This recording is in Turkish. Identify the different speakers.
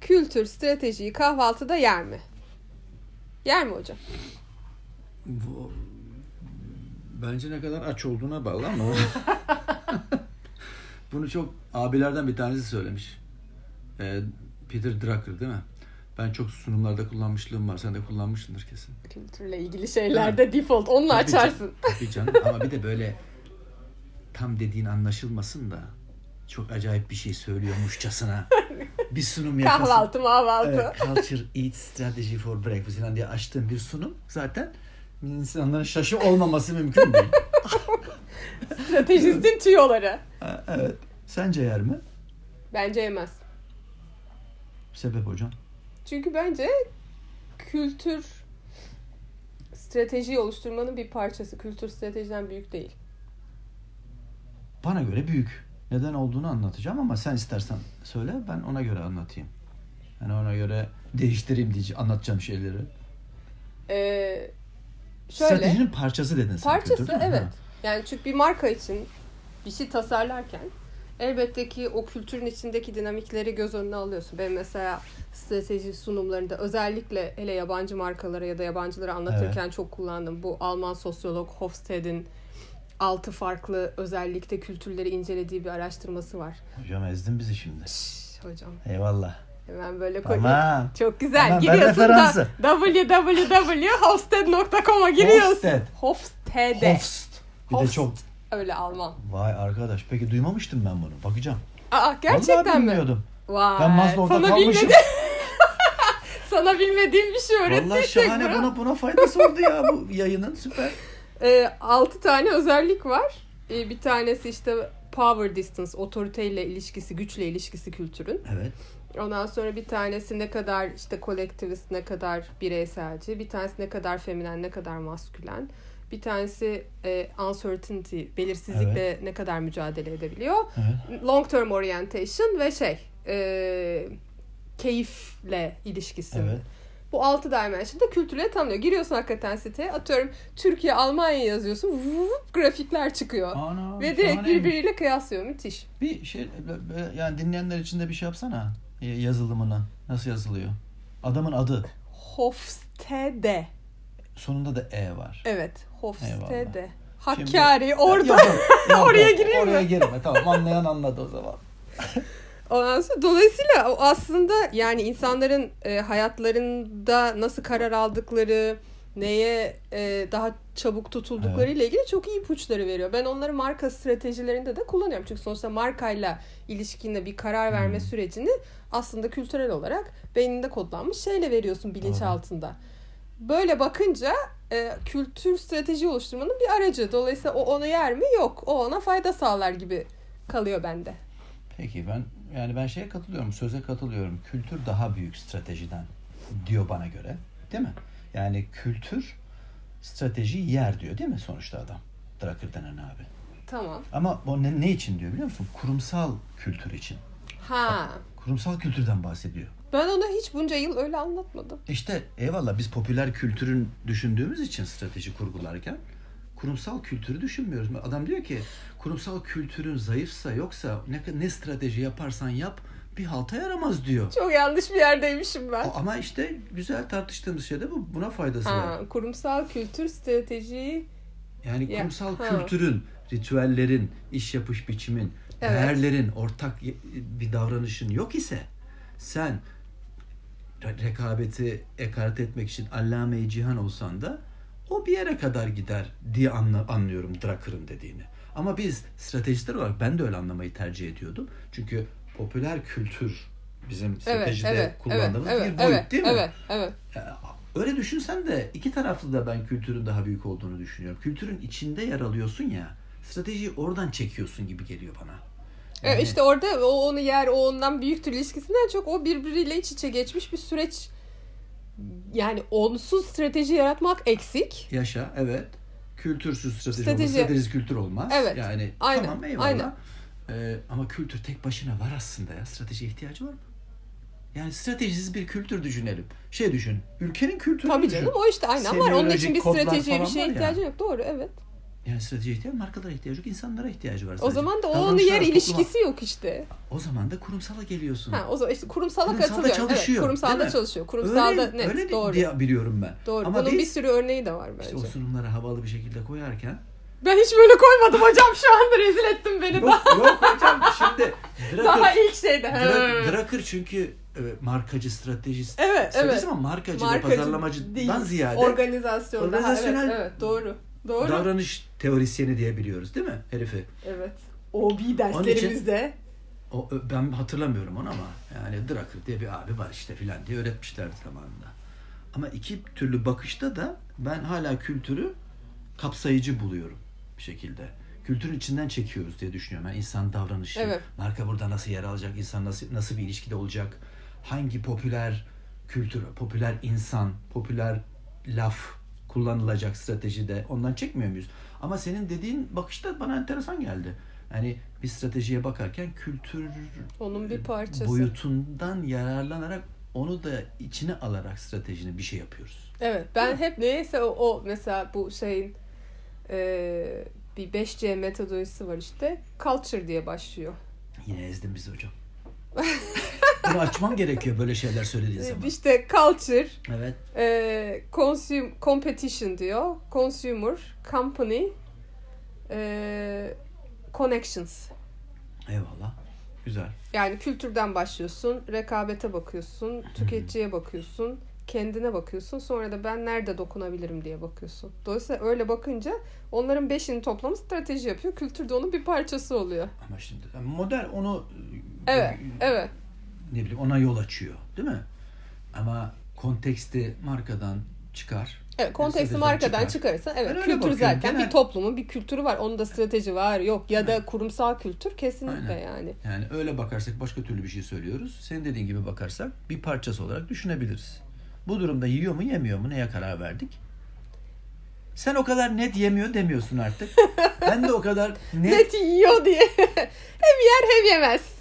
Speaker 1: kültür stratejiyi kahvaltıda yer mi? Yer mi hocam?
Speaker 2: Bu, bence ne kadar aç olduğuna bağlı ama bunu çok abilerden bir tanesi söylemiş. Ee, Peter Drucker değil mi? Ben çok sunumlarda kullanmışlığım var. Sen de kullanmışsındır kesin.
Speaker 1: Kültürle illi şeylerde default onunla
Speaker 2: Tabii canım,
Speaker 1: açarsın.
Speaker 2: Tabii canım ama bir de böyle tam dediğin anlaşılmasın da çok acayip bir şey söylüyormuşçasına bir sunum yapasın.
Speaker 1: Kahvaltı mahvaltı.
Speaker 2: Evet, culture Eat Strategy for Breakfast falan diye açtığım bir sunum zaten insanların şaşı olmaması mümkün değil.
Speaker 1: Stratejistin tüyoları.
Speaker 2: Ha, E, evet. Sence yer mi?
Speaker 1: Bence yemez.
Speaker 2: Sebep hocam.
Speaker 1: Çünkü bence kültür stratejiyi oluşturmanın bir parçası. Kültür stratejiden büyük değil.
Speaker 2: Bana göre büyük. Neden olduğunu anlatacağım ama sen istersen söyle ben ona göre anlatayım. Yani ona göre değiştireyim diye anlatacağım şeyleri.
Speaker 1: Ee, şöyle
Speaker 2: Stratejinin parçası dedin sen.
Speaker 1: parçası
Speaker 2: kültür, değil mi?
Speaker 1: evet.
Speaker 2: Ha.
Speaker 1: Yani çünkü bir marka için bir şey tasarlarken elbette ki o kültürün içindeki dinamikleri göz önüne alıyorsun. Ben mesela strateji sunumlarında özellikle hele yabancı markalara ya da yabancılara anlatırken çok kullandım. Bu Alman sosyolog Hofstede'in altı farklı özellikle kültürleri incelediği bir araştırması var.
Speaker 2: Hocam ezdin bizi şimdi.
Speaker 1: Şşş, hocam
Speaker 2: Eyvallah.
Speaker 1: hemen böyle koy.
Speaker 2: Tamam.
Speaker 1: Çok güzel.
Speaker 2: Tamam, ben
Speaker 1: giriyorsun da
Speaker 2: referansı.
Speaker 1: www.hofsted.com'a giriyorsun.
Speaker 2: Hofstede.
Speaker 1: Hofstede.
Speaker 2: Hofst. Bir de
Speaker 1: Hofst.
Speaker 2: çok.
Speaker 1: Öyle Alman.
Speaker 2: Vay arkadaş. Peki duymamıştım ben bunu. Bakacağım.
Speaker 1: Aa gerçekten
Speaker 2: Vallahi
Speaker 1: mi?
Speaker 2: bilmiyordum.
Speaker 1: Vay.
Speaker 2: Ben Maslow'da
Speaker 1: sana
Speaker 2: kalmışım.
Speaker 1: bilmedi- sana bilmediğim bir şey
Speaker 2: Vallahi
Speaker 1: öğrettiysek
Speaker 2: şahane
Speaker 1: bro.
Speaker 2: buna buna faydası oldu ya bu yayının süper.
Speaker 1: Ee, 6 tane özellik var. Ee, bir tanesi işte power distance, otoriteyle ilişkisi, güçle ilişkisi kültürün.
Speaker 2: Evet.
Speaker 1: Ondan sonra bir tanesi ne kadar işte kolektivist, ne kadar bireyselci, bir tanesi ne kadar feminen, ne kadar maskülen. Bir tanesi e, uncertainty, belirsizlikle ne kadar mücadele edebiliyor.
Speaker 2: Evet.
Speaker 1: Long term orientation ve şey, e, keyifle ilişkisi.
Speaker 2: Evet.
Speaker 1: Bu altı dimension'da kültürle tanımlıyor. Giriyorsun hakikaten siteye, atıyorum Türkiye, Almanya yazıyorsun, vup, grafikler çıkıyor.
Speaker 2: Ana,
Speaker 1: ve direkt
Speaker 2: şahaneymiş.
Speaker 1: birbiriyle kıyaslıyor, müthiş.
Speaker 2: Bir şey böyle yani dinleyenler için de bir şey yapsana. E, Yazılımına. Nasıl yazılıyor? Adamın adı.
Speaker 1: Hofstede.
Speaker 2: Sonunda da E var.
Speaker 1: Evet, Hofstede.
Speaker 2: Eyvallah.
Speaker 1: Hakkari orada.
Speaker 2: Yok, yok, yok,
Speaker 1: Oraya
Speaker 2: yok.
Speaker 1: gireyim mi?
Speaker 2: Oraya girme. Tamam anlayan anladı o zaman.
Speaker 1: Ondan sonra dolayısıyla o aslında yani insanların e, hayatlarında nasıl karar aldıkları, neye e, daha çabuk tutuldukları ile ilgili çok iyi ipuçları veriyor. Ben onları marka stratejilerinde de kullanıyorum. Çünkü sonuçta markayla ilişkinde bir karar verme sürecini aslında kültürel olarak beyninde kodlanmış şeyle veriyorsun bilinç
Speaker 2: Doğru.
Speaker 1: altında. Böyle bakınca e, kültür strateji oluşturmanın bir aracı. Dolayısıyla o ona yer mi? Yok. O ona fayda sağlar gibi kalıyor bende.
Speaker 2: Peki ben yani ben şeye katılıyorum, söze katılıyorum. Kültür daha büyük stratejiden diyor bana göre. Değil mi? Yani kültür strateji yer diyor değil mi sonuçta adam? Drucker denen abi.
Speaker 1: Tamam.
Speaker 2: Ama o ne, ne için diyor biliyor musun? Kurumsal kültür için.
Speaker 1: Ha.
Speaker 2: Kurumsal kültürden bahsediyor.
Speaker 1: Ben ona hiç bunca yıl öyle anlatmadım.
Speaker 2: İşte eyvallah biz popüler kültürün düşündüğümüz için strateji kurgularken kurumsal kültürü düşünmüyoruz. Adam diyor ki kurumsal kültürün zayıfsa yoksa ne, ne strateji yaparsan yap bir halta yaramaz diyor.
Speaker 1: Çok yanlış bir yerdeymişim ben.
Speaker 2: O- Ama işte güzel tartıştığımız şey de bu. Buna faydası
Speaker 1: Ha,
Speaker 2: var.
Speaker 1: kurumsal kültür stratejiyi
Speaker 2: Yani
Speaker 1: Ya,
Speaker 2: kurumsal
Speaker 1: ha.
Speaker 2: kültürün, ritüellerin, iş yapış biçimin,
Speaker 1: Evet.
Speaker 2: değerlerin, ortak y- bir davranışın yok ise sen re- rekabeti ekart etmek için allame-i cihan olsan da o bir yere kadar gider diye anla- anlıyorum Drucker'ın dediğini. Ama biz stratejistler olarak ben de öyle anlamayı tercih ediyordum. Çünkü popüler kültür bizim
Speaker 1: evet
Speaker 2: stratejide
Speaker 1: evet evet
Speaker 2: kullandığımız
Speaker 1: evet
Speaker 2: bir boyut
Speaker 1: evet
Speaker 2: değil mi?
Speaker 1: evet evet
Speaker 2: Ee, Öyle düşünsen de iki taraflı da ben kültürün daha büyük olduğunu düşünüyorum. Kültürün içinde yer alıyorsun ya. Stratejiyi oradan çekiyorsun gibi geliyor bana.
Speaker 1: E, işte orada o onu yer o ondan büyüktür ilişkisinden çok o birbiriyle iç içe geçmiş bir süreç yani onsuz strateji yaratmak eksik.
Speaker 2: Yaşa evet. Kültürsüz strateji,
Speaker 1: Strateji.
Speaker 2: olmaz. Stratejiz kültür olmaz.
Speaker 1: Evet,
Speaker 2: Yani
Speaker 1: aynen,
Speaker 2: tamam eyvallah.
Speaker 1: aynen.
Speaker 2: Ee, ama kültür tek başına var aslında ya. Stratejiye ihtiyacı var mı? Yani stratejisiz bir kültür düşünelim. Şey düşün. Ülkenin kültürü
Speaker 1: Tabii canım o işte aynen var. Onun için bir
Speaker 2: Semiyolojik kodlar
Speaker 1: stratejiye bir
Speaker 2: falan var
Speaker 1: şeye
Speaker 2: ya.
Speaker 1: ihtiyacın yok. Doğru evet.
Speaker 2: Yani stratejiye ihtiyacı, markalara ihtiyacı yok, insanlara ihtiyacı var.
Speaker 1: O
Speaker 2: sadece.
Speaker 1: zaman da o
Speaker 2: Davranışlar,
Speaker 1: onu yer
Speaker 2: topluma-
Speaker 1: ilişkisi yok işte.
Speaker 2: O zaman da kurumsala geliyorsun.
Speaker 1: Ha, o zaman işte kurumsala
Speaker 2: Kurumsalda
Speaker 1: katılıyorum.
Speaker 2: çalışıyor,
Speaker 1: evet, kurumsalda
Speaker 2: değil mi?
Speaker 1: çalışıyor. Kurumsalda
Speaker 2: öyle,
Speaker 1: net
Speaker 2: öyle bir-
Speaker 1: doğru.
Speaker 2: diye biliyorum ben.
Speaker 1: Doğru.
Speaker 2: Ama
Speaker 1: Bunun
Speaker 2: biz
Speaker 1: bir sürü örneği de var bence.
Speaker 2: işte o sunumları havalı bir şekilde koyarken
Speaker 1: Ben hiç böyle koymadım hocam şu anda rezil ettin beni.
Speaker 2: Yok, yok hocam şimdi
Speaker 1: Daha
Speaker 2: Drucker,
Speaker 1: ilk şeyde.
Speaker 2: Dra- Drucker çünkü e, markacı, stratejist.
Speaker 1: Evet,
Speaker 2: Stratejist
Speaker 1: evet.
Speaker 2: ama markacı, ve
Speaker 1: Markacı
Speaker 2: pazarlamacıdan
Speaker 1: değil,
Speaker 2: ziyade
Speaker 1: Organizasyon. daha,
Speaker 2: organizasyonel-
Speaker 1: evet, evet, doğru. Doğru.
Speaker 2: davranış teorisyeni diyebiliyoruz değil mi herifi?
Speaker 1: Evet. OB derslerimizde.
Speaker 2: O, ö- ben hatırlamıyorum onu ama yani Drucker diye bir abi var işte filan diye öğretmişlerdi zamanında. Ama iki türlü bakışta da ben hala kültürü kapsayıcı buluyorum bir şekilde. Kültürün içinden çekiyoruz diye düşünüyorum. Yani insan davranışı,
Speaker 1: Evet.
Speaker 2: marka burada nasıl yer alacak, insan nasıl nasıl bir ilişkide olacak, hangi popüler kültür, popüler insan, popüler laf kullanılacak stratejide ondan çekmiyor muyuz? Ama senin dediğin bakışta bana enteresan geldi. Yani bir stratejiye bakarken kültür
Speaker 1: Onun bir parçası.
Speaker 2: Ee, boyutundan yararlanarak onu da içine alarak stratejini bir şey yapıyoruz.
Speaker 1: Evet. Ben hep neyse o, o mesela bu şeyin eee, bir 5C metodolojisi var işte. Culture diye başlıyor.
Speaker 2: Yine ezdin bizi hocam. Bunu açmam gerekiyor böyle şeyler
Speaker 1: Ee,
Speaker 2: söylediğin zaman.
Speaker 1: İşte culture,
Speaker 2: Evet.
Speaker 1: eee Ee, consume, competition diyor. Consumer, company, eee, connections.
Speaker 2: Eyvallah. Güzel.
Speaker 1: Yani kültürden başlıyorsun, rekabete bakıyorsun, tüketiciye bakıyorsun, kendine bakıyorsun. Sonra da ben nerede dokunabilirim diye bakıyorsun. Dolayısıyla öyle bakınca onların beşini toplamı strateji yapıyor. Kültür de onun bir parçası oluyor.
Speaker 2: Ama şimdi yani model onu e,
Speaker 1: Evet, evet.
Speaker 2: ne bileyim ona yol açıyor, değil mi? Ama konteksti markadan çıkar.
Speaker 1: Evet, konteksti
Speaker 2: Stratejiden
Speaker 1: markadan
Speaker 2: çıkar.
Speaker 1: çıkarırsan
Speaker 2: Ben
Speaker 1: evet
Speaker 2: öyle
Speaker 1: kültür
Speaker 2: bakıyorum.
Speaker 1: zaten
Speaker 2: Genel-
Speaker 1: bir toplumun bir kültürü var. Onun da strateji var yok ya da kurumsal kültür kesinlikle
Speaker 2: Aynen.
Speaker 1: yani.
Speaker 2: Yani öyle bakarsak başka türlü bir şey söylüyoruz. Senin dediğin gibi bakarsak bir parçası olarak düşünebiliriz. Bu durumda yiyor mu yemiyor mu neye karar verdik? Sen o kadar net yemiyor demiyorsun artık. ben de o kadar net
Speaker 1: Net yiyor diye. hem yer hem yemez.